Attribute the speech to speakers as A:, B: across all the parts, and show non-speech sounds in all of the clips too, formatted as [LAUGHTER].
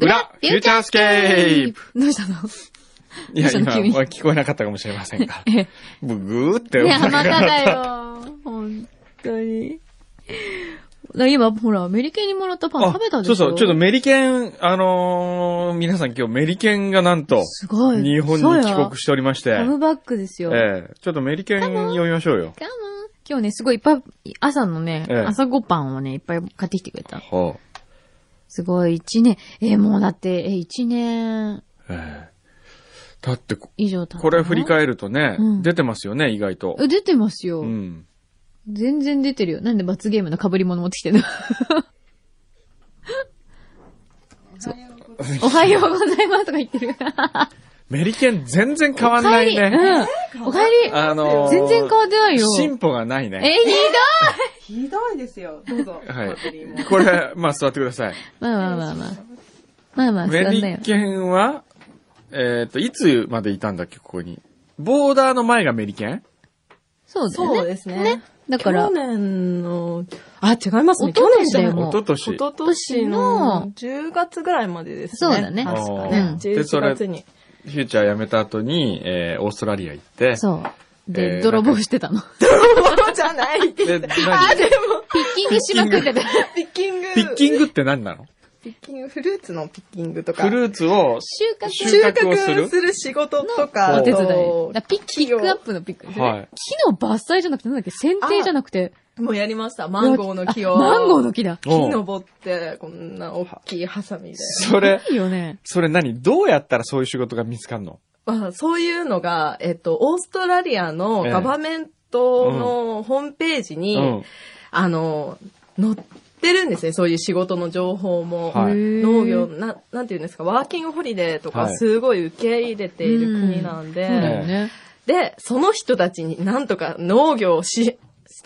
A: 裏、フューチャースケープ
B: どうしたの
A: いや、
B: どうした
A: 今、
B: の君
A: 聞こえなかったかもしれません
B: [LAUGHS]
A: が。ブグーって [LAUGHS]
B: い
A: 思
B: や、
A: いなが
B: また
A: ら
B: だよ。
A: [LAUGHS]
B: 本当に。だ今、ほら、アメリケンにもらったパン
A: あ
B: 食べたでし
A: そ
B: ょ
A: うそう、ちょっとメリケン、あのー、皆さん今日メリケンがなんと、
B: すごい。
A: 日本に帰国しておりまして、
B: て
A: え
B: カムバックですよ。
A: えちょっとメリケン読みましょうよ。
B: カモン今日ね、すごいいっぱい、朝のね、
A: ええ
B: 朝ごパンをね、いっぱい買ってきてくれた。
A: はあ
B: すごい、一年、えもうだって、え一年
A: ええだってこ、
B: 以上経ったの
A: これ振り返るとね、
B: うん
A: 出てますよね、意外と。
B: え出てますよ、
A: うん。
B: 全然出てるよ。なんで罰ゲームの被り物持ってきてるのおはようございますとか言ってる。
A: メリケン全然変わんない
B: お帰り
A: ね。
B: うんおかえり。
A: あのー
B: 全然変わってないよ。
A: 進歩がない
B: え、
A: ね。
B: ひどい
C: ひどいですよ。どうぞ。
A: はい
C: パクリも。
A: これ、まあ座ってください。
B: まあまあまあまあ。まあまあ、
A: メ
B: 座んな
A: リ
B: よ。
A: ケンは、えっ、と、いつまでいたんだっけ、ここに。ボーダーの前がメリケン
B: そうだよね。
C: そうですね。
B: だから
C: 去、年の、あ、違いますね。
B: 一昨年だよ
A: 一
C: 去
B: もう
A: 昨
C: 年
A: 年
C: じゃ。一昨年の10月ぐらいまでですね。
B: そうだね
C: 確か
A: あ
C: ね
A: ー。でそ
C: 11
A: れ
C: 月に。
A: フューチャー辞めた後に、えー、オーストラリア行って。
B: そう。
A: え
B: で、
A: ー
B: 泥棒してたの。ピ
C: そうじゃない。ピ
A: で、何
B: ッキングしまくってた。
C: ッキング。
A: ピッキングって何なの
C: ピッキング。フルーツのピッキングとか。
A: フルーツを、
B: 収穫
A: 収
C: 収
A: 穫をする
C: 穫する仕事とか。
A: の
B: お手伝い。だ
C: と
B: からピッピックアップのピックですね。
A: はい
B: 木の伐採じゃなくて、なんだっけ剪定じゃなくて。
C: もうやりました。マンゴーの木を。
B: あマンゴーの木だ。
C: 木登って、こんな大きいハサミで。
A: それ、
B: いいよね。
A: それ何どうやったらそういう仕事が見つかんの
C: まあ、そういうのが、えっと、オーストラリアのガバメントのホームページに、
A: うん。
C: あの、載ってるんですね、そういう仕事の情報も。
A: はい
C: 農業、な、なんていうんですか、ワーキングホリデーとか
A: はい
C: すごい受け入れている国なんで、
B: そうだよね。
C: で、その人たちになんとか農業をし、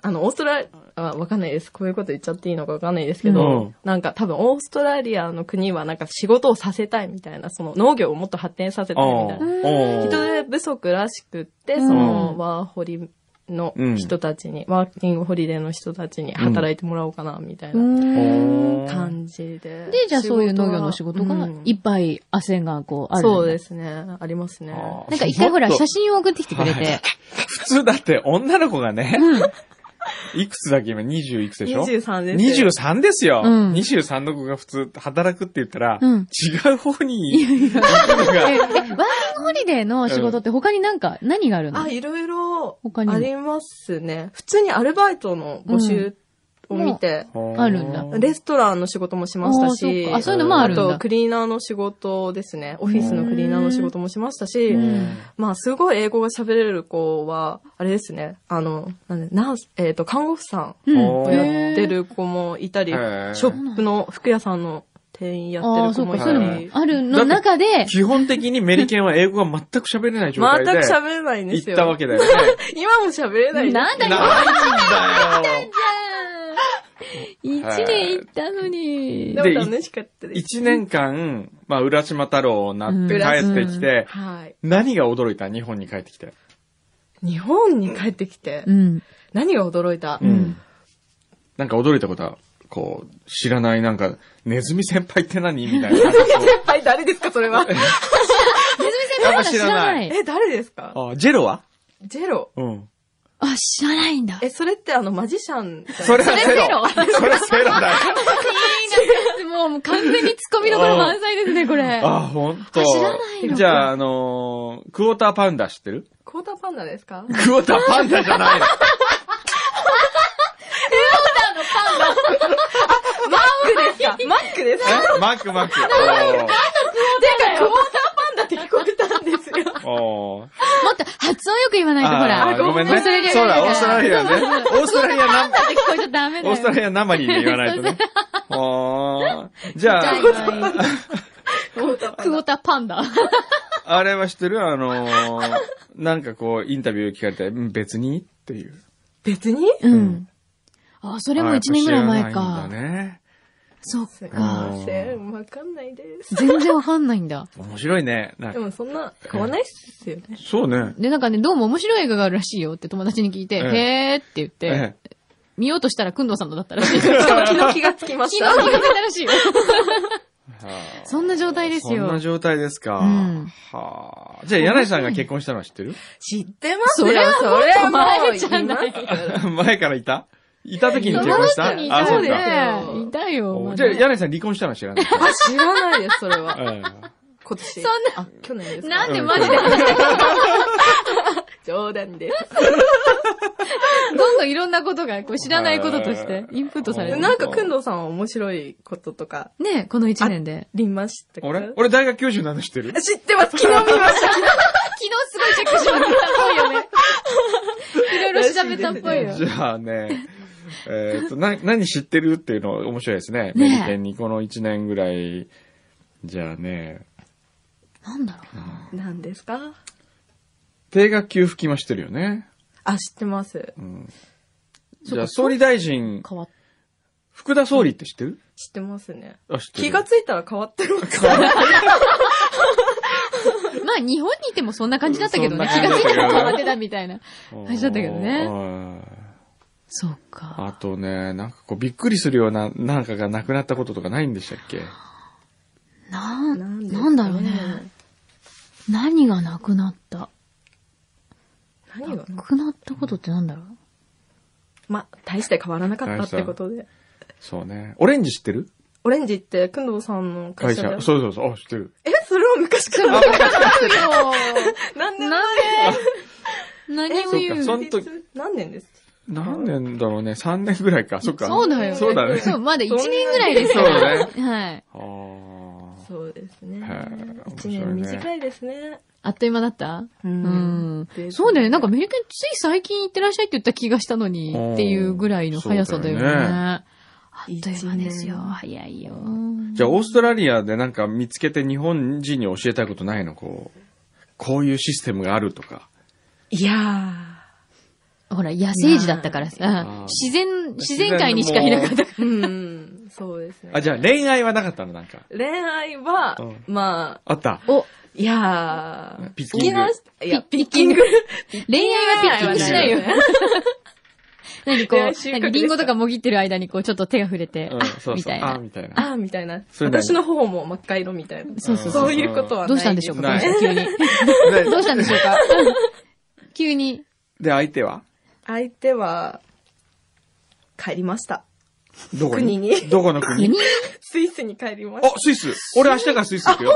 C: あの、オーストラリア、あわかんないです。こういうこと言っちゃっていいのかわかんないですけど、
A: うん
C: なんか多分オーストラリアの国はなんか仕事をさせたいみたいな、その農業をもっと発展させたいみたいな。
A: お
C: 人
A: ー
C: 手不足らしくって、
B: うん
C: そのワーホリの
A: うん
C: 人たちに、ワーキングホリデーの人たちに働いてもらおうかな、みたいうな
B: ーん。
C: 感じで。
B: で、じゃあそういう
C: 仕事は
B: 農業の仕事
C: う
B: が
C: ん
B: いっぱい汗がこうある。。
C: そうですすね。ありますね。
A: あー
B: なんか一回ほら、
A: もっと
B: 写真を送ってきてくれて。
A: 普通だって女の子がね、いくつだっけ今20いくつでしょ
C: 23ですよ。
A: 23ですよ。
B: うん
A: 23の子が普通働くって言ったら、
B: うん
A: 違う方に行くの
B: え、
A: [LAUGHS]
B: え
A: が、
B: ワーキングホリデーの仕事って他になんか、何があるの
C: あ、いろいろ
B: 他にも
C: ありますね。普通にアルバイトの募集を見て、
B: あるんだ
C: レストランの仕事もしましたし
B: あーそう、かあそういうのもあるんだ
C: とクリーナーの仕事ですね。オフィスのクリーナーの仕事もしましたし、
B: うん
C: まあ、すごい英語が喋れる子は、あれですね、あの、なんで、ナース、えっ、と、看護婦さ
B: うん
A: お
C: ん
A: ー
C: をやってる子もいたり、
A: へ
C: シ
A: ー
C: ョップの服屋さんの店員やって
B: ああ、
C: る
B: そ
C: 子
B: う
C: も
B: か、そ
C: い
B: う
C: た
B: いう
C: り
B: の、もあるの中で、
A: 基本的にメリケンは英語が全く喋れない状
C: 全
A: 態
C: く
A: で
C: 喋れないんです
A: 行
C: よ。
A: ったわけだよね。
C: 今も喋れないです
B: なんだよ
A: なんだよ
B: 一年行ったのに。
C: でも楽しかったです。
A: [LAUGHS] 一年間、まあ、浦島太郎になって
C: うん
A: 帰ってきて、
C: はい。
A: 何が驚いた日本に帰ってきて。
C: 日本に帰ってきて、
B: うん。
C: 何が驚いた、 [LAUGHS]
A: うんなんか驚いたことは、こう、知らないなんか、ネズミ先輩って何みたいな。
C: 先輩誰ですかそれは。
A: やっぱ
B: 知らない。
C: [LAUGHS] え、誰ですか
A: [LAUGHS] あ、ジェロは
C: ジェロ。
A: うん。
B: あ、知らないんだ。
C: え、それってあの、マジシャンじゃない
A: それはゼロ。
B: それ
A: それゼロだよ。
B: もうもう完全に突っ込みどころ満載ですね、これ。
A: あ、ほんと。
B: あ知らないの
A: じゃあ、あのークォーターパウンダー知ってる
C: クォーターパンダですか
A: クォーターパンダじゃないの。
C: マックですかマッ
A: [LAUGHS]
C: クですか
A: [LAUGHS] えマックマック。おー
C: クォーターパンダって聞こえたんですよ。
A: おー
B: 待って、発音よく言わないと、ほ
A: あ
B: ら。
A: ーごめん
B: オー
A: ね。
B: ストラリア
A: そうだ、オー
B: から
A: ストラリアね。オーストラリアな
B: [LAUGHS] あんたって聞こえちゃダメだ
A: オ
B: よ。
A: ーストラリア生に言わないとね。あーじゃ
B: じゃあ
A: あ、
B: ク
C: [LAUGHS]
B: ォーターパンダ。
A: あれは知ってるあのー、なんかこう、インタビュー聞かれて、うん別にっていう。
C: 別に
B: うん。あ、それも1年ぐらい前
A: あやっぱ
B: か
A: 知。らないんだね。
B: そっ
A: あ
B: か。
A: ー
C: わかんないです。
B: 全然わかんないんだ。
A: 面白いね。なん
C: [LAUGHS] で
A: か
C: もそんな買わないっすよね。
A: そうね。
B: で、なんかね、どうも面白い映画があるらしいよって友達に聞いて、
A: え
B: へーって言っ
A: え
B: て、
A: え
B: 見ようとしたら、くんどうさんのだった
A: [LAUGHS]
B: らしい。昨日
C: 昨 [LAUGHS] 日気がつきま
B: 気
C: した。
B: がついたらしいよ。
A: はあ
B: そんな状態です
A: そんな
B: よ。
A: 状態ですか。
B: うん
A: はあ。じゃあ、柳井さんが結婚したのは知ってる
C: 知ってますよ。
B: それはもっと
C: それはも
B: 前
C: う
B: じゃない
C: います
A: [LAUGHS] 前からいたいた時に結婚した
B: その時にい
A: あ、
B: た
A: そ
B: よ
A: うか。
B: ね。いたよ。
A: お
B: まだ
A: じゃあ、柳井さん離婚したのは知ら
B: [LAUGHS]
A: ない。
C: あ知らないです、 [LAUGHS] それは。
A: え
C: 今
B: そ
C: 年。
B: んな
C: あ、去年ですか。
B: なんで
A: うん
B: マジで、ど
C: 冗談です。
B: んどんいろんなことが、こう知らないこととして、インプットさ
A: う
B: れて
A: ん
B: る。
C: なんか、くんどうさんは面白いこととか、
B: ねえこの一年で。
C: ありました
A: え
C: か
A: 俺俺大学教授なの知ってる
C: 知ってます。昨日見ま [LAUGHS] した。
B: 昨日すごいチェックしまくったっぽいよね。いろいろ調べたっぽいよ。
A: [LAUGHS] じゃあね、えーっと、な、何知ってるっていうの面白いですね。
B: ねえ
A: メリケンにこの1年ぐらい。じゃあね、
B: なんだろう。
C: 何ですか
A: 定額給付金は知ってるよね。
C: あ、知ってます。
A: じゃあ、総理大臣、
B: 変わっ
A: 福田総理って知ってる
C: 知ってますね。
A: あ、知ってる。
C: 気がついたら変わってます。
B: た。まあ、日本にいてもそんな感じだったけどね。
A: そ
B: 気
A: んな
B: が
A: 感
B: つ
A: じ
B: い
A: だった
B: た
A: けど
B: ら変わってたみたいな。
A: うん
B: 話だったけどね
A: うん
B: そうか。
A: あとね、なんかこう、びっくりするような、なんかがなくなったこととかないんでしたっけ
B: な、
C: なんんで
B: なんだろうね。何がなくなった
C: 何が
B: なくなったことってなんだろう
C: ま、大して変わらなかったってことで。
A: そうね。オレンジ知ってる
C: オレンジって、くんどうさんの
A: 会
C: 会社
A: 社。
C: で。
A: そうそうそう。あ、知ってる。
C: え、それは昔から何年
B: なんで何を言う
A: そ
B: そう
A: か
B: う
A: 本当
C: 何年です
A: 何年だろうね。3年ぐらいか。そっか。
B: だよ。
A: そうだね
B: そう、まだ1年ぐらいですから。はい。
A: あー
C: そうですね
A: へ。ー面
C: 一
A: 白
C: 年
A: いね
C: 短いですね。
B: あっという間だった
C: う。
B: うんん
C: で。
B: そうだよね。なんかアメリカについ最近行ってらっしゃいって言った気がしたのに
A: うん
B: っていうぐらいの速さだよね。
A: そうだよね
B: あっという間ですよ。
C: 一年
B: 早いよ。
A: じゃあ、オーストラリアでなんか見つけて日本人に教えたいことないのこう、こういうシステムがあるとか。
C: いや
B: ほら、野生児だったから
A: や
B: さ、自然、自然界にしかいなかったか
C: ー。うん。そうですね。
A: あ、じゃあ恋愛はなかったのなんか。
C: 恋愛は
A: うん、
C: まあ、
A: あった。
B: ら。お、
C: いやー。
A: ピッキング
C: 好きな、いや、
B: ピ
C: ピ
B: ッ
C: ッ
B: キ
C: キ
B: ン
C: ン
B: グ
C: グ。
B: 恋愛はピッキングしないよ。何こ
C: 恋愛
B: う、
C: 収穫
B: 何リンゴと
C: でした
B: かもぎってる間にこう、ちょっと手が触れて、
A: うん、
B: あ
A: そう
B: み
A: そう。
B: たい
A: あ、
B: な。
A: みたいな。
C: あーみたいな。
A: それ何
C: 私の頬も真っ赤色みたいな。
B: そうそうそう。
C: そういうことはない。
B: どうしたんでしょうか、
A: ない
B: この人急に。
A: で
B: [LAUGHS] どうしたんでしょうか急に。
A: で、相手は
C: 相手は、帰りました。
A: どこに
C: 国に
A: どこの
B: [LAUGHS]
A: 国
B: ユニ
C: スイスに帰りま
A: あ
C: し、
A: スイス俺明日からスイス行くよ。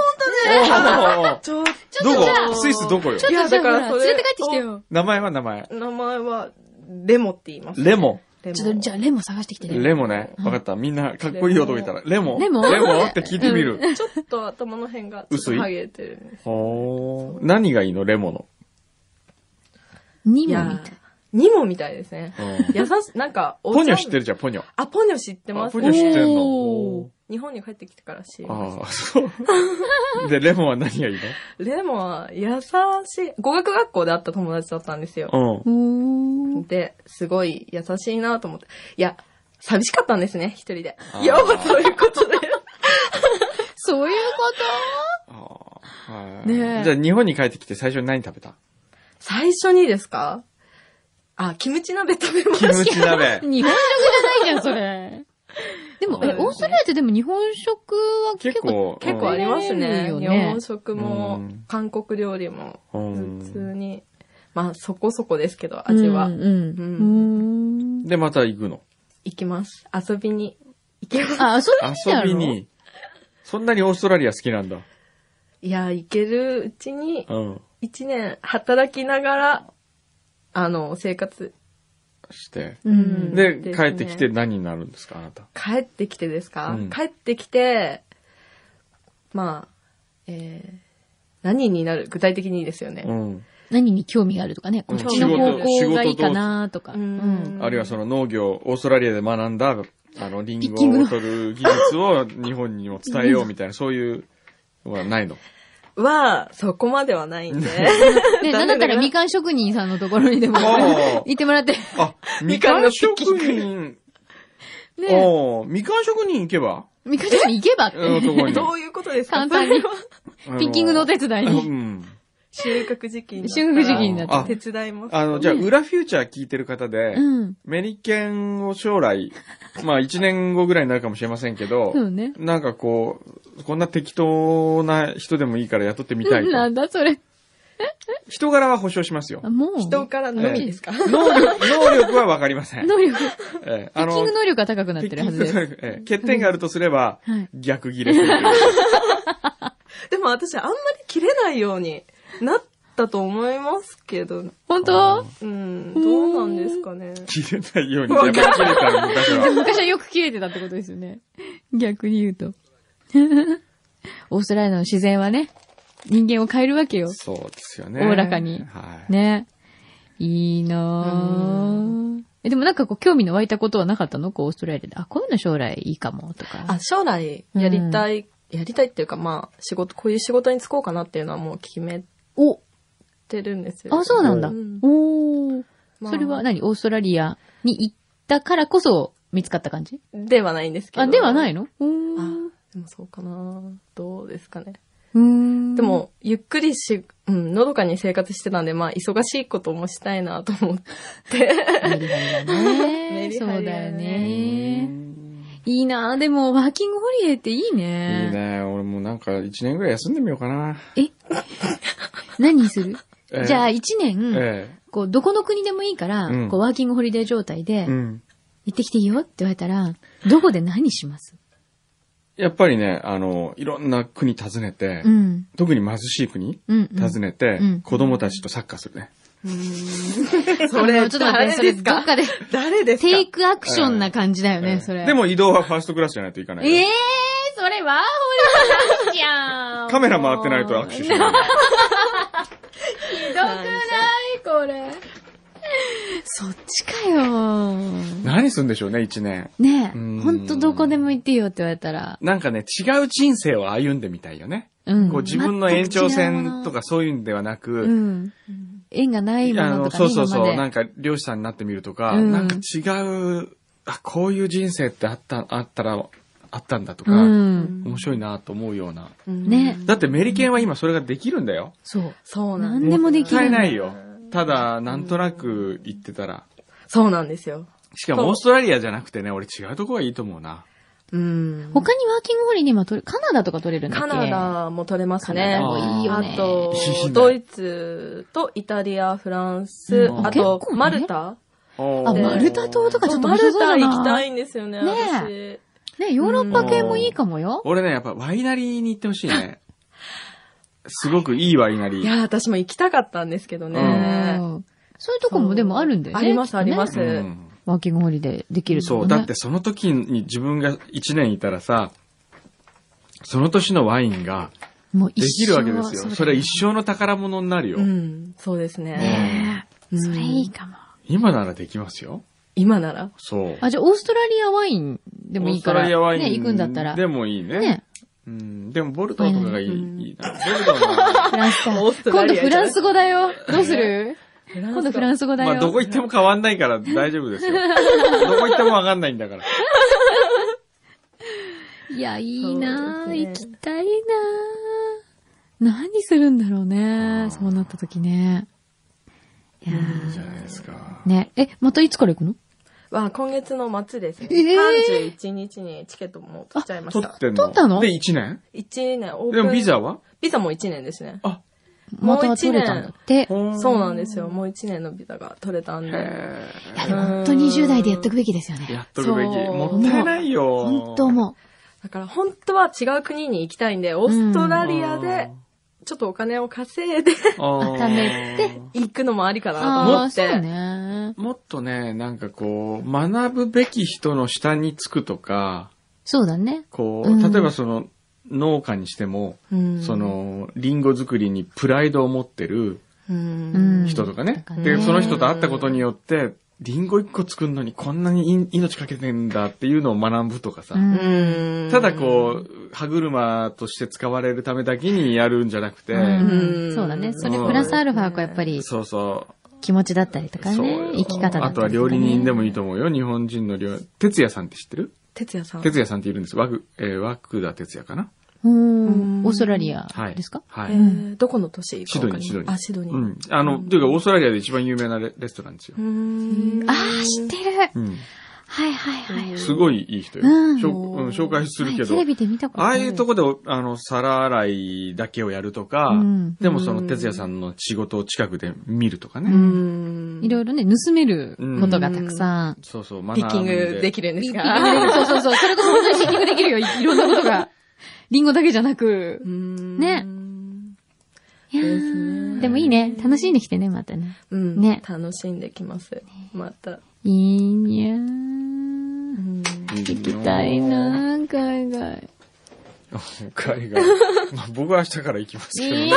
C: た。ちょ、
A: 当ど
B: じゃ
A: こスイスどこよ
B: ちょっと
C: いや
B: じゃあ
C: だ
B: ほ
C: から
B: ら、
C: そ
B: 連
C: れ
B: れて帰ってきてよ。
A: 名前は名前。
C: 名前は、レモって言います。
A: レモ
C: レモ
B: ちょっと、じゃあレモン探してきて
A: ン。
B: ね。
A: レモンね。わかった。みんな、かっこいい男いたら。レモン
B: レモン
A: レモンって聞いてみる。
C: ちょっと頭の辺が、ちょっ
A: 薄
C: と
A: い
C: ハゲてるんです。
A: ほー何がいいのレモンの。
B: ニ
C: い
B: モ
C: や
B: み
C: ー
B: たい。、
C: ニモみたいですね。
A: うん
C: 優し、なんか、お
A: ポニョ
C: 茶
A: 知ってるじゃん、ポニョ。
C: あ、ポニョ知って
A: あ
C: ま
A: ポ
C: す
A: ニョ知ってん
B: お
A: の。
C: 日本に帰ってきてから知りまし
A: ああ、そう。で、レモンは何がいい
C: た。レモは、優しい。語学学校で会った友達だったんですよ。
A: のう
B: おー。
C: で、すごい優しいなと思って。いや、寂しかったんですね、一人で
A: あ。ー
C: いや、そういうこと
A: [LAUGHS]
C: で。
B: そういうこ
A: ん。ああはい
B: ねえ
A: じゃあ、日本に帰ってきて最初に何食べた
C: 最初にですかあ、キムチ鍋食べま
A: キ
C: し
A: ムチ
B: [LAUGHS]
A: 鍋
B: と。日本食じゃないじゃん、それ。 [LAUGHS] でも、え、オーストラリアってでも日本食は結構、
C: た。結構ありますね。
B: 食べ
C: 日
B: れるよ
C: 本食
A: う
C: も
A: ん、
C: 韓国料理も、
A: うん
C: 普通に。まあ、そこそこですけど、味は
B: うん。うん。うん
A: で、また行くの。
C: 行きます。遊びに行きます。
B: あ、遊び
A: 遊び
B: にだろ
A: に。そんなにオーストラリア好きなんだ。
C: いや、行けるうちに
A: う、ん。
C: 一年働きながら、あの、生活。
A: して。
B: うん。
A: で、
C: です
A: 帰
C: ね
A: ってきて何になるんですか、あなた。
C: 帰ってきてですか、
A: うん
C: 帰ってきて、まあ、えー、何になる具体的にですよね。
A: うん。
B: 何に興味があるとかね、こっちの方向がいいかなとか。う
C: 仕事仕事
B: ん
C: どう
A: あるいはその農業、オーストラリアで学んだ、あの、リン
B: ピッキング
A: ゴを取る技術を日本にも伝えようみたいな、そういうのはないの。
C: は、そこまではな
B: [LAUGHS]
C: いんで。
B: ね、なんだったらみかん職人さんのところにでも、
A: あ
B: [LAUGHS] 行ってもらって。
A: あ、みかん職人、
B: ね
A: おーみかん職人行けば
B: みかん職人行けばって。
A: うんとこに。
C: どういうことですか
B: 簡単に
C: それは
A: あの
B: [LAUGHS] ピッキングのお手伝いに。
A: うん。
C: [LAUGHS] 収穫時期になった
B: 収穫時期にな
A: った
C: 手伝います。
A: あの、じゃあ、裏フューチャー聞いてる方で、
B: うん。
A: メリケンを将来、まあ1年後ぐらいになるかもしれませんけど、
B: そうね。
A: なんかこう、こんな適当な人でもいいから雇ってみたいと。
B: なんだそれ。
A: 人柄は保証しますよ
B: あ。もう。
C: 人からのみですか、
A: 能力、能力はわかりません。
B: 能力。ピ
A: ええ
B: ッキング能力が高くなってるはずで
A: ピッキング能。
B: す
A: 力ええ欠点があるとすれば、
B: はい
A: 逆ギレするという。
C: [LAUGHS] でも私あんまり切れないようになったと思いますけど、
B: 本当
C: うん、どうなんですかね。
A: 切れないように逆切れたら昔は。
B: [LAUGHS] 昔はよく切れてたってことですよね。逆に言うと。 [LAUGHS] オーストラリアの自然はね、人間を変えるわけよ。
A: そうですよね。
B: おおらかに
A: はい。
B: ね。いいなぁ。え、でもなんかこう、興味の湧いたことはなかったのこう、オーストラリアで。あ、こういうの将来いいかも、とか。
C: あ、将来やりたい、やりたいっていうかまあ仕事、こういう仕事に就こうかなっていうのはもう決め
B: お
C: てるんですよ。
B: あ、そうなんだ。
C: ん
B: おー。
C: まあ
B: それは何オーストラリアに行ったからこそ見つかった感じ
C: ではないんですけど。
B: あ、ではない
C: の
B: のうーん。
C: でもそうかなどうですかね。
B: うーん
C: で、も、ゆっくりし、うん、のどかに生活してたんで、まあ、忙しいこともしたいなと思って。
B: メリハリだ [LAUGHS] ね。
C: メリ
B: そ
C: ハリ
B: う
C: だね
B: だよ
A: う
B: ね。
A: ん
B: いいなぁ。でも、ワーキングホリデーっていい
A: いい
B: ね。
A: ね。俺もなんか1年ぐらい休んでみようかな。
B: [LAUGHS] 何する、
A: ええ
B: じゃあ、一年、
A: え
B: こう、どこの国でもいいから、
A: うん
B: こう、ワーキングホリデー状態で、
A: え。うん。
B: 行ってきていいよって言われたら、どこで何します
A: やっぱりね、あの、いろんな国訪ねて、
B: うん。
A: 特に貧しい国
B: うん、うん。 [LAUGHS]
A: 訪ねて、
B: うん
A: 子供たちとサッカーするね。
B: [LAUGHS]
C: そ
B: あ
C: れ、
B: のちょっと待って、
C: 誰
B: そ
C: で
B: れ、
C: す
B: ど
C: か
B: っかで、
C: 誰ですか
B: テイクアクションな感じだよね、
A: ええ
B: それ。
A: で、も移動はファーストクラスじゃないといかないよ。
B: ええー、それワーホリじゃないじゃん。
A: カメラ回ってないと握手し
B: [LAUGHS]
A: ない。
B: ひどくないこれ。そっちかよ。
A: 何するんでしょうね、一年。
B: ね
A: う
B: え、
A: ん
B: ほんとどこでも行っていいよって言われたら。
A: なんかね、違う人生を歩んでみたいよね。
B: うん。
A: こう自分の延長線と
B: か。
A: かそういうんではなく、
B: うん。縁がないも
A: あ
B: の
A: の、
B: とかね、
A: そうそうそう、
B: 今
A: な
B: ま
A: ん
B: で。
A: か漁師さんになってみるとか、
B: うん
A: なんか違う、あ、こういう人生ってあった、あったら、あったんだとか、
B: うん。
A: 面白いなと思うような。
B: ね。
A: だってメリケンは今それができるんだよ。
B: そう。
C: そうなん
B: 何でもで
A: もっ
B: きる。
A: たいないよ。ただ、なんとなく言ってたら。
C: そうなんですよ。
A: しかもオーストラリアじゃなくてね、俺違うとこがいいと思うな。
C: うん。
B: 他にワーキングホリデー今取れ、カナダとか取れるんだっ
C: カ
B: け
C: ナダも取れます
B: カ
C: ね。
B: ナ
A: ダもいいよ
B: ね
C: あと
A: いいね、
C: ドイツとイタリア、フランス、
A: うん
C: あ
B: 結
C: と
B: 構、ね
C: マルタ。
B: あ、
A: あ
C: で
B: マルタ島とかちょっと
C: マ
B: 面白
C: ル
B: そうだ
C: タ
B: な
C: 行きたいんですよね、
B: ね
C: 私。
B: ね、ヨーロッパ系もいいかもよ。
A: 俺ね、やっぱワイナリーに行ってほしいね。すごくいいワイナリ
C: い
A: ー。
C: や、私も行きたかったんですけど
B: う
C: ね。
B: んそういうとこもでもあるんだよね。
C: ありま
B: き
C: す
B: っと
C: ありま
B: ね
C: す
A: うん
B: ワーキングホリデーできると
A: そ
B: こ
A: う、
B: ね
A: だってその時に自分が1年いたらさ、その年のワインが
B: もう
A: で
B: 一
A: き
B: 生
A: るわ
B: は
A: けですよ。それは一生の宝物になるよ。
C: うん、そうですね。
B: ねえ。それいいかも。
A: 今ならできますよ。
C: 今なら。
A: そう。
B: あ、じゃあ、オーストラリアワインでもいいから。
A: オーストラリアワイン、
B: ね、行くんだったら。
A: でもいいね。
B: ね。
A: うん、でもボルトーとかがいい,、
C: うん
A: いいな。ボルトーは
B: フランスか。
C: オーストラ
B: 今度
C: リアじゃない
B: フランス語だよ。どうする今
C: 今
B: 度フラ
C: ン
B: ンス語だよ。
A: まあどこ行っても変わんないから大丈夫
B: [LAUGHS]
A: ですよ。どこ行ってもわかんないんだから。
B: いや、いいなぁ、
C: そう
B: 行
C: で
B: き
C: す
B: たいなぁ。何するんだろう
A: う
B: ね。
A: ん
B: そうなった時ね。いや
A: いいじゃ
B: ー
A: ないですか。
B: ね。え、またいつから行くの
C: は今月の末ですね。
B: えー
C: 31日にチケットも取っちゃいまし
A: 取
C: た
A: っ。てんの
B: 取ったの
A: で、1年
C: 1年オープ
A: で
C: ン。
A: もビザは
C: ビザも1年ですね。もう
B: また取れたんだって。
C: そうなん
A: で
C: ですよ。もう1年のビザが取れたんで。
A: へ
B: いや、でも本当に20代でやっとくべきですよ
A: ーや
B: ね。
A: っとくべき。
C: そう
A: もったいないよ。
B: 本当も
C: だから本当は違う国に行きたいんで、オーストラリアで、ちょっとお金を稼いで [LAUGHS]
B: う。
A: あー
B: 温めて。
C: 行くのもありかなと
B: あ
C: 思
B: あ、
C: っ
B: そ
C: て。
B: うね。
A: もっとね、なんかこう、学ぶべき人の下につくとか、
B: そうだね。
A: こ
B: うん
A: う、例えばその、農家にしても、
C: うん
A: そ、の、リンゴ作りにプライドを持ってる、
C: うん。
A: 人とかね。
B: うん
A: で、その人と会ったことによって、リンゴ一個作るのにこんなにい命かけてんだっていうのを学ぶとかさ。
B: うん
C: うん。
A: ただこう、歯車として使われるためだけにやるんじゃなくて、
B: うん
C: うん
B: そうだね。それプラスアルファがやっぱり
A: そうそう。
B: 気持ちだったりとか
A: そう
B: ね
A: よ。
B: 生き方だったりとか、ね。
A: あとは料理人でもいいと思うよ。日本人の料理。哲也さんって知ってる
C: 哲也さん。
A: 哲也さんっているんです。和具、えー、和久田哲也かな。
B: うん。オーストラリア
A: はい。
B: ですか、
A: は
C: え
A: い。
C: ー、どこの都市か
A: シドニー、シド
C: わ
A: ニー。
C: かんないあ、シドニー。
A: うん。あの、というか、オーストラリアで一番有名なレレストランですよ
C: う。ん。
B: ああ、知ってる。はい
A: うん。
B: はいはいはい。
A: すごいいい人よ。
B: うん
A: しょうん紹介するけど
B: はいテレ。ビで見たこと
A: ああ
B: ある。
A: いうとこで、あの、皿洗いだけをやるとか、
B: うん
A: でもその、哲也さんの仕事を近くで見るとかね。
C: うん。
B: いろいろね、盗めることがたくさん。
A: そうそう、マ
C: ピッキングできるんですか
B: そうそうそう。それこそ本当に刺激できるよ。いい [LAUGHS] ろんなことが。リンゴだけじゃなく。ね
C: ね。
B: いやー
C: ですね
B: でもいいね。楽しんできてね、またね。
C: うん。
B: ね
C: ね。楽しんできます。また。
B: いいにゃー。
C: うん
B: 行きたいなー、海外。
A: 海外。まあ、僕は明日から行きますけど
B: いい
A: ね
B: な。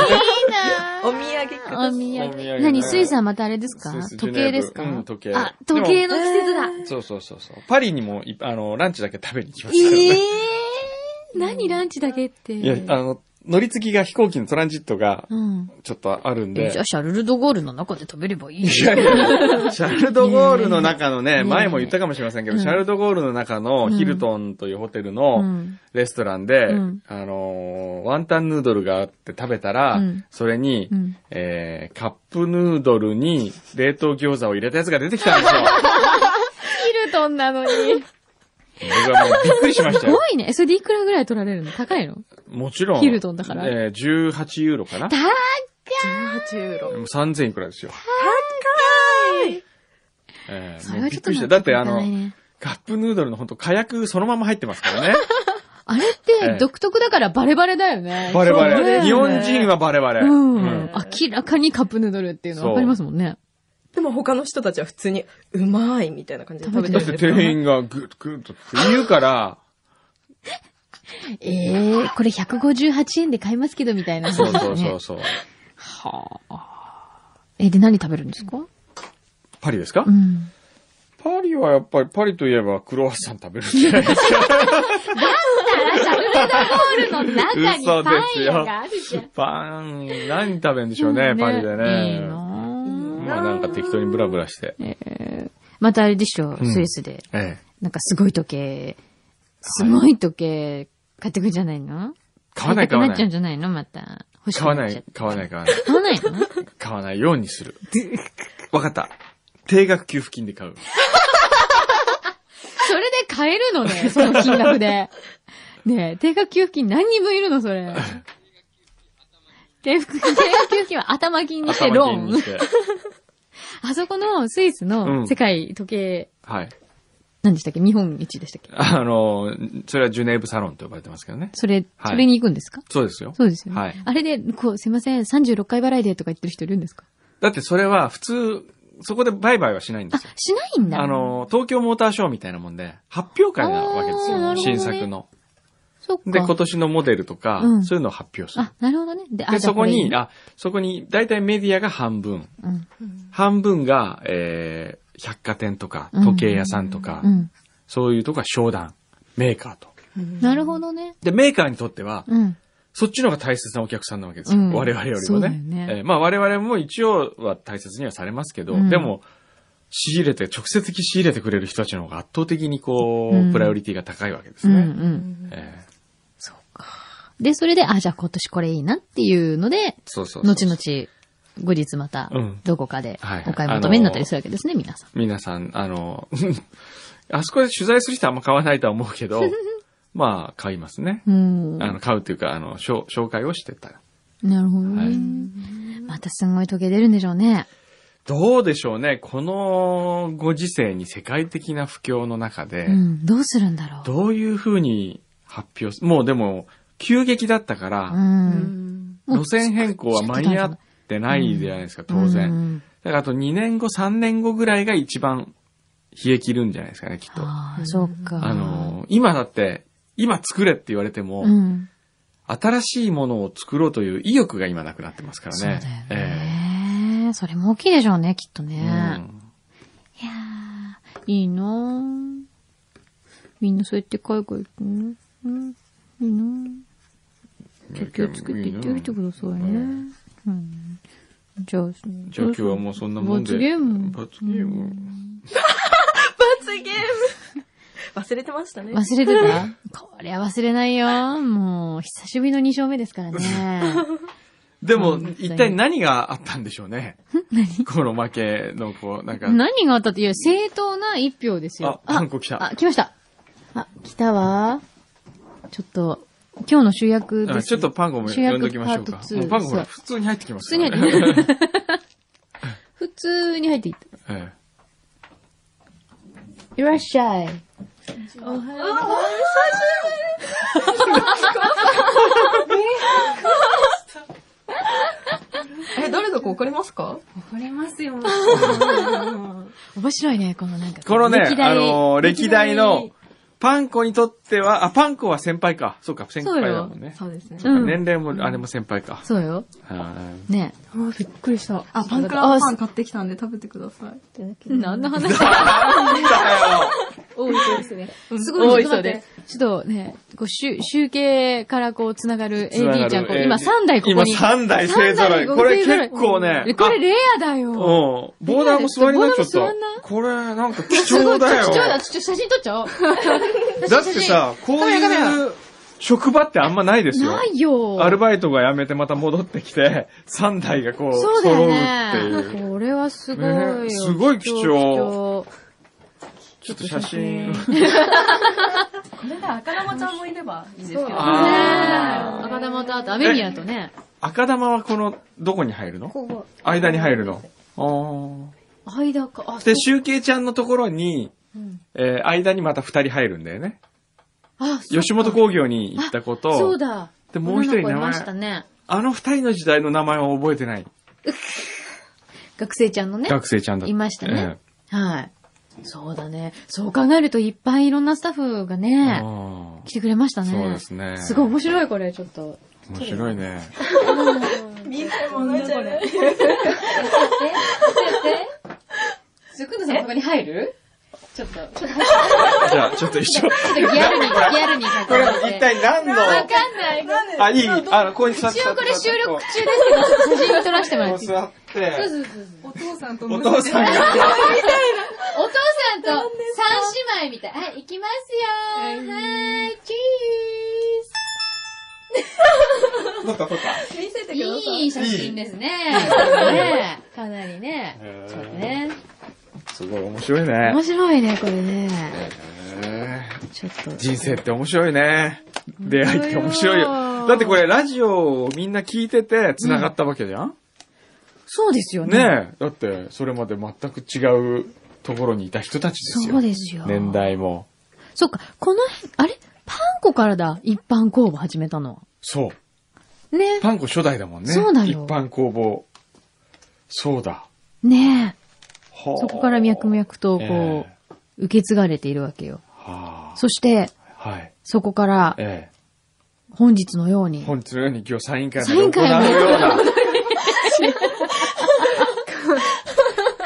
B: ー。
C: お土産くだ
B: お
C: さ
A: お
B: 土
C: い
A: 土
B: 産。
A: 産
B: 何スイスはまたあれですか
A: スイス
B: 時計ですか、
A: ジュネーブうん時計
B: あ、時計の季節だ。
A: そうそうそうそう。パリにもい、あの、ランチだけ食べに行きましたから
B: え
A: ね
B: えー、 [LAUGHS] 何ランチだけって。
A: いや、あの、乗り継ぎが飛行機のトランジットが
B: うん。
A: ちょっとあるん
B: え [LAUGHS]
A: で
B: じゃ。あ、シャルル・ド・ゴールの中で食べればいい
A: いやいや、シャルドゴールの中の
B: ね
A: ね、前も言ったかもしれませんけど、
B: うん
A: シャルドゴールの中のヒルトンというホテルの
B: ん。
A: レストランで、
B: うん
A: あのー、ワンタンヌードルがあって食べたら、
B: うん
A: それに、
B: うん
A: えー、カップヌードルに冷凍餃子を入れたやつが出てきたんですよ。
B: ヒルトンなのに。す
A: 僕はもうびっくりしましたよ
B: [LAUGHS] ご。いね。それでいくらぐらい取られるの高いの
A: もちろん。
B: ヒルトンだから
A: えー、18ユーロかな。
B: 高
C: 18ユーロ。
A: もう3000いくらですよ。
C: はい。
A: えー、
B: そ
A: も
B: れ
A: う
B: は
A: び
B: ちょ
A: っ
B: っと
A: くりし
B: な
A: た。だ
B: んか
A: ってあ
B: いか
A: の
B: ない、ね
A: カップヌードルのほんと火薬そのまま入ってますからね。
B: あれっ
A: え
B: て
A: え
B: 独特だからバレ [LAUGHS] バレだよね。
A: バレバ
C: そうだ
A: レ。
C: よね
A: 日本人はバレバレ。
B: うん。
A: うん
B: 明らかにカップヌードルっていうの
A: そう
B: わかりますもんね。
C: でも他の人たちは普通に、うまいみたいな感じで食べて
A: だ
C: る
A: っ
C: ん
A: て
C: ですよ
A: 店員がグッとグッとって言うから、
B: ええー、これ158円で買いますけどみたいな。
A: そうそう
B: [LAUGHS] ね
A: そうそう。
B: はあ。え、で何食べるんですか
A: パリですか
B: うん。
A: パリはやっぱり、パリといえばクロワッサン食べるんじゃない
B: [LAUGHS]
A: ですか。
B: ホールの中に
A: 嘘
B: パ
A: です
B: ン
A: よ
B: 屋があるじゃん。
A: パン、何食べるんでしょうね、パリで
B: いい
A: ね。
B: な
A: まあなんか適当にブラブラして。
B: またあれでしょ、
A: ん
B: スイスで。
A: ええ。
B: なんかすごい時計、すごい時計買ってくんじゃないの
A: 買わない買わ
B: 買いたくなっちゃ
A: な
B: うん
A: い。
B: じゃないのまた。欲しく
A: 買わ
B: な
A: な
B: っちゃっ
A: い
B: て、
A: 買わない、買わない。
B: 買わないの
A: 買わないようにする。わかった。定額給付金で買う。
B: それで買える
A: [LAUGHS]
B: のね、その金額で。ねえ、定額給付金何人分いるのそれ。定額定額給付金は頭金にして
A: 頭
B: ロ
A: 金に
B: ーン
A: し。て。
B: あそこのスイス
A: う
B: の
A: ん
B: 世界時計、
A: はい。
B: 何でしたっけ見本市でしたっけ
A: あの、それはジュネーブサロンと呼ばれてますけどね。
B: それ、
A: はい
B: それに行くんですか
A: そうですよ。
B: そうですよね。
A: はい
B: あれで、こう、すいません、36回払いでとか言ってる人いるんですか
A: だってそれは普通、そこで売買はしないんで
B: あ
A: すよ。、
B: しないんだ。
A: あ、の、東京モーターショーみたいなもんで、発表会なわけです
B: あーな
A: よ。
B: るほどね
A: 新作の。
B: そっか。
A: で、今年のモデルとか
B: うん、
A: そういうのを発表する
B: あ。、なるほどね。で、あ
A: で、
B: じゃあ
A: そこ
B: れいい
A: に、あ、そこに、だいたいメディアが半分。
B: うん。
A: 半分が、えー、百貨店とか、
B: うん
A: 時計屋さんとか
B: う、ん。
A: そういうとこが商談、メーカーと。
B: なるほどね。
A: で、メーカーにとっては、
B: うん。
A: そっちの方が大切なお客さんなわけですよ。
B: うん
A: 我々より
B: そ
A: も
B: うだ
A: ね。
B: よね
A: えーまあ我々も一応は大切にはされますけど、
B: うん
A: でも、仕入れて、直接的仕入れてくれる人たちの方が圧倒的にこう、
B: うん
A: プライオリティが高いわけです
B: うんう
A: ね。
B: ん。
A: えー
B: で、それで、あ、じゃあ今年これいいなっていうので、
A: そうそうそう
B: 後々、後日また
A: うん、
B: どこかで
A: はい、
B: お買い求めになったりするわけですね、皆さん。
A: 皆さん、あの、 [LAUGHS] あそこで取材する人はあんま買わないとは思うけ
B: [LAUGHS]
A: ど、まあ買いますね。
B: うん。
A: あの買うというか、あの、紹紹介をしてた。
B: なるほど
A: はい
B: ね。またすごい時計出るんでしょうね。
A: どうでしょうね。このご時世に世界的な不況の中で、
B: うん。どうするんだろう。
A: どういうふうに発表す、もうでも、急激だったから、
B: うん。もう
A: 路線変更は間に合ってないじゃないですか、当然。
B: うん
A: だからあと2年後、3年後ぐらいが一番冷え切るんじゃないですかね、きっと。あ
B: ああ、そっか。
A: のー、今だって、今作れって言われても、
B: うん。
A: 新しいものを作ろうという意欲が今なくなってますから
B: そうだよ
A: ね。ええ
B: ね。それも大きいでしょうね、きっとね。
A: う
B: い
A: ん
B: やー、いいなーみんなそうやって海外行くのうん。いいなーじゃあ気をつけて行ってみてくださいね。うん。じゃあ、
A: じゃあ今日はもうそんなもんで。
B: 罰ゲーム
A: 罰ゲーム。
C: 罰ゲーム忘れてましたね。
B: 忘れてたこれは忘れないよ。もう、久しぶりの2勝目で
A: [LAUGHS]
B: すからね。
A: でも、
B: うん
A: 一体何があったんでしょうね。
B: [LAUGHS] 何
A: この負けの、こう、なんか。
B: 何があったって、いや、正当な一票ですよ
A: あ。、ハンコ来た。
B: あ、来ました。あ、来たわ。ちょっと、今日の主役で
A: あ
B: す。
A: ちょっとパンコも
B: 主役
A: 呼んどきましょうか
B: パート。2
A: もうパンコほら、
B: そ
A: 普通に入ってきます
B: 普通に
A: て
B: 入って普通に入っていった。いらっしゃい。おはよう。
C: え、誰だか怒りますか
D: 怒りますよ。
B: 面白いね、このなんか。
A: このね、あのー、歴
D: 歴
A: 代
D: 代
A: の、パンコにとっては、あ、パンコは先輩か。そうか、先輩だもんね。
C: そうですね。
B: うん
A: 年齢も、あれも先輩か。
B: そうよ。
A: は
B: ね。
D: びっくりした。あ、パンク
B: あ
D: ラパン買ってきたんで食べてください。
B: 何の [LAUGHS] 話だ
D: 多いそうですね。
B: すごい、ちょっと待
C: 多いそう
B: っ
C: で
B: て。ちょっとね、こう、集、集計からこう、つながる
A: いつなが
B: AD
A: る
B: ちゃん、こう
A: AD
B: 今3台ここ
A: 今
B: に。
A: 3台勢ぞろい。
B: 三台
A: これ
B: 勢ぞろい
A: 結構ね。
B: えこれレアだ
A: あ
B: よ。
A: うん。ボーダーも座りな、ちょっ
B: ボーダーも座
A: と
B: んな。
A: これ、なんか貴
B: すご
A: 重
B: い、ちょ
A: だ
B: 貴
A: よ。
B: 重だ。ちょっと写真撮っち
A: [LAUGHS]
B: ゃおう。
A: だってさ、こういう職場ってあんまないですよ。
B: ないよ。
A: アルバイトが辞めてまた戻ってきて、3台 [LAUGHS] がこう、
B: そうだ
A: 揃
B: よ
A: うっていう。
B: [LAUGHS] ね。これはすごいよ。
A: ねすごい貴重
B: 貴重。
A: ちょっと写真。 [LAUGHS]
D: これで赤玉ちゃんもいればいいですけど。
B: ね
A: あー
B: え。赤玉とあとアメリアとね。
A: 赤玉はこの、どこに入るの間に入るの。あ
B: 間か。あ、
A: ーで、
B: そ
A: 集計ちゃんのところに、
B: うん
A: えー間にまた2人入るんだよね。
B: あ、そう
A: 吉本興業に行った子
B: そう
A: と、
B: だ。
A: で、もう一人
B: 女の子
A: 名
B: いました
A: 前、
B: ね。
A: あの二人の時代の名前は覚えてない。
B: 学生ちゃんのね。
A: 学生ちゃんだ
B: いましたね
A: え。
B: はい。そうだね。そう考えるといっぱいいろんなスタッフが
A: え
B: ね、
A: あ
B: 来てくれました
A: ー
B: ね。
A: そうですね。
B: すごい面白い、これ、ちょっと。
A: 面白い
B: [LAUGHS]
A: ね。
C: みんなも泣いちゃう [LAUGHS] ね。
B: すくんさんここに入るちょっと、ちょっ
A: じゃあ、ちょっと一緒。
B: とギャルに、ギャルに書
A: これ一体何の、
B: わかんない。
A: あ、いい、あの、ここに座って。
B: 一応これ収録中ですけど、ちょっと写真を撮らせてもら
A: こ
B: っ
A: う
B: て。
A: 座って。
B: そうそうそうそう。
D: お父さんと
A: お
D: 娘
A: 父さんが。
B: お父さんと三姉妹みたい。はい、行きますよー。はい、チ
A: 撮った撮った。
D: 見せてくださ
B: ーズ。
D: い。
B: いい写真ですね。ねかなりね。
A: へー
B: ちょっとね。
A: すごい面白いね
B: 面。白いね、これね。
A: へ
B: ちょっと
A: ー。人生って面白いね。出会いって面白い
B: 面白い
A: よ。
B: よ
A: だってこれラジオをみんな聞いてて繋がったわけじゃん、
B: そうですよね。
A: ねえ。だってそれまで全く違うところにいた人たちですよ。
B: そうですよ。
A: 年。代も。
B: そっか、この辺、あれパン粉からだ。一般公募始めたの。
A: そう。
B: ね。
A: パン粉初代だもんね。
B: そうなのよ
A: 一般公募。そうだ。
B: ねえ。
A: はあ
B: そこから脈々と、こう、
A: ええ
B: 受け継がれているわけよ。
A: はあ
B: そして、
A: はい。
B: そこから、
A: え
B: 本日のように
A: え。。本日のように今日サイン会ま
B: サイ
A: で
B: ン会
A: 行
B: まで
A: うような。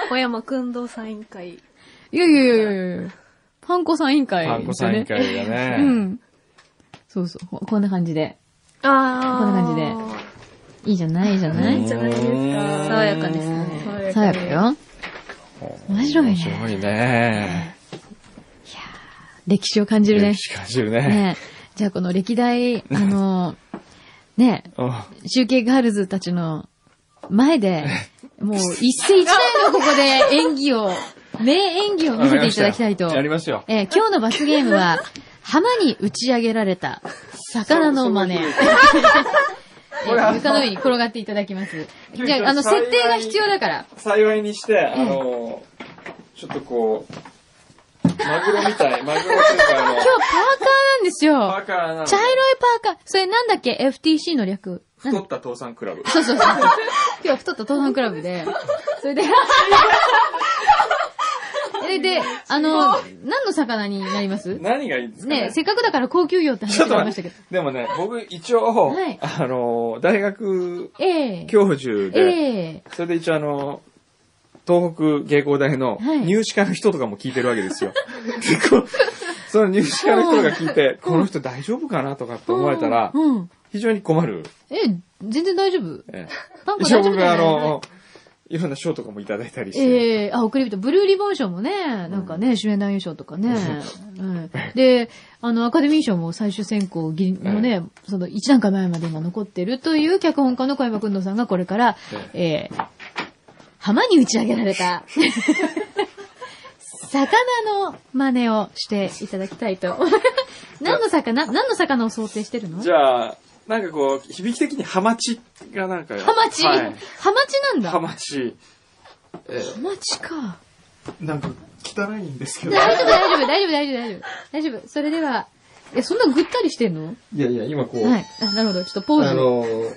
D: 小山くんどサイン会。
B: いやいやいやいやいやパンコさん委員会、
A: パン粉サイン。会だね。
B: うん。そうそう。ここんな感じで。
D: あ
B: こんな感じでいいじゃないいいじゃない、
C: じゃないですか。
D: 爽やかですね。
C: 爽や
B: さ
C: か
B: や
C: で
B: かよ。面白いね
A: 面白いね。
B: 歴史を感じるね
A: 歴。史感じるね。
B: ねじゃあこの歴代、あの、ね
A: うん
B: 集計ガールズたちの前で、もう一世一代のここで演技を、名演技を見せていただきたい
A: [LAUGHS]
B: と。
A: やりますよ。
B: えー今日の罰ゲームは、浜に打ち上げられた魚の真似。えー床の上に転がっていただきます。じゃあ、あの、設定が必要だから。
A: 幸いにして、あの、ちょっとこう、マグロみ
B: [LAUGHS]
A: たい。マグロというか、あの
B: 今日、パーカーなんです
A: パ
B: よ
A: ー。カーなの
B: 茶色いパーカー。それなんだっけ ?FTC の略。なんだ
A: 太った倒産クラブ。
B: そうそうそう。今日太った東南クラブで。それで、 [LAUGHS] え、で、あの、何の魚になります
A: 何がいいですか
B: ねせっかくだから高級魚って話
A: ちょっ
B: が
A: と
B: ありまし
A: 待
B: た
A: っ
B: け
A: て
B: ど。。
A: でもね、僕一応、
B: はい
A: あの、大学
B: ええ
A: 教授で、
B: ええ
A: それで一応あの、東北芸工大の
B: はい
A: 入試課の人とかも聞いてるわけですよ。でこうその入試課の人が聞いて、この人大丈夫かなとかって思われたら、
B: うんうん。
A: 非常に困る。
B: え、全然大丈夫。
A: ええ
B: パンコ大
A: 一
B: 丈
A: 応
B: 夫
A: 僕
B: じゃ
A: は
B: な
A: あ
B: い
A: の、いろんな賞とかもいただいたりして、
B: ええあ、送り人、ブルーリボン賞もね、なんかね、主演男優賞とかね、うんで、あの、アカデミー賞も最終選考ぎりのね、その一段階前まで今残ってるという脚本家の小山くんどさんがこれから、えー浜に打ち上げら
A: [LAUGHS]
B: れた、魚の真似をしていただきたい
A: [LAUGHS]
B: と。何の魚何の魚を想定してるの
A: じゃあ、なんかこう、響き的にハマチがなんか、
B: ハマチ、
A: はい
B: ハマチなんだ。
A: ハ
B: ハマ
A: マチ。
B: チか。
A: なんか、汚いんですけど。
B: 大丈夫、大丈夫、大丈夫、大丈夫、大丈夫。大丈夫。それでは、え、そんなぐったりしてんの
A: いやいや、今こう、
B: はい。あ、なるほど。ちょっとポー
A: あ
B: ズを。
A: のー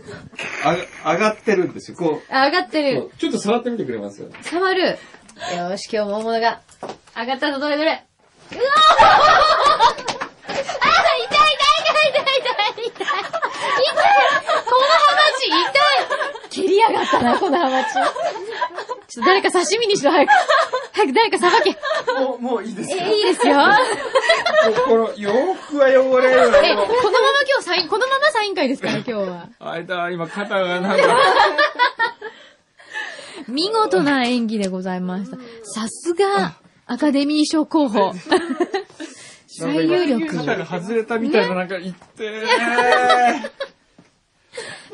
A: あ、上がってるんですよ。こ
B: あ、上がって
A: う、こ
B: る。
A: うちょっと触ってみてくれます
B: 触る。よーし、今日も大物が。上がったぞ、どれどれ。うわーあー痛い痛い痛い痛い痛い痛い痛いこのハマチ痛い蹴りやがったな、このハマチ。ちょっと誰か刺身にしろ、早く。早く誰かさばけ。
A: もう、もういいです
B: えー、いい
A: [LAUGHS]
B: ですよ。
A: この洋服は汚れる
B: え、こ
A: の
B: のまま。今日サイン、このままサイン会ですから、今日は。
A: あいた、今肩がなんか、
B: 見事な演技でございました。さすが、アカデミー賞候補。最有力。
A: 肩が外れたみたいななんか言って。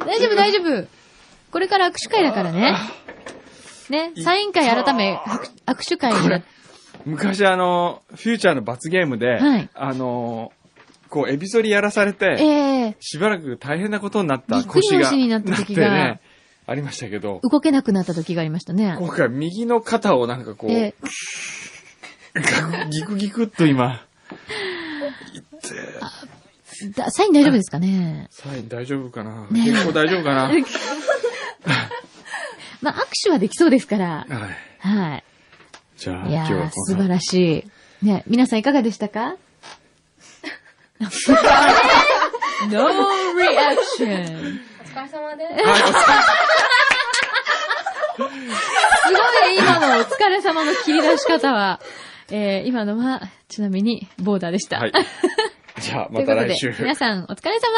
B: 大丈夫、大丈夫。これから握手会だからね。ね、サイン会改め、握握手会に。
A: 昔あの、フューチャーの罰ゲームで、
B: はい
A: あのー、こう、エビ反りやらされ
B: え
A: て、
B: え
A: しばらく大変なことになった
B: びっくり
A: 腰が、
B: 腰になった時が
A: なってね、ありましたけど、
B: 動けなくなった時がありましたね。
A: 今回右の肩をなんかこう、
B: え
A: ギクギクっと今、
B: えだサイン大丈夫ですかね。
A: サイン大丈夫かな
B: ねえ
A: 結構大丈夫か
B: [LAUGHS]
A: なはい。
B: まあ、握手はできそうですから。はい。
A: じゃあ、今
B: いや
A: 日は
B: ー、
A: こ
B: 素
A: んな
B: 晴らしい。ね、皆さんいかがでしたか [LAUGHS] ?No reaction!
D: お疲れ様です。
B: すごい、今のお疲れ様の切り出し方は。えー、今のは、ちなみに、ボーダーでした。
A: はい。 [LAUGHS] じゃあ、
B: とい
A: ま
B: う
A: た
B: こと
A: 来
B: で
A: 週。、
B: 皆さん、お疲れ様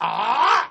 A: ああ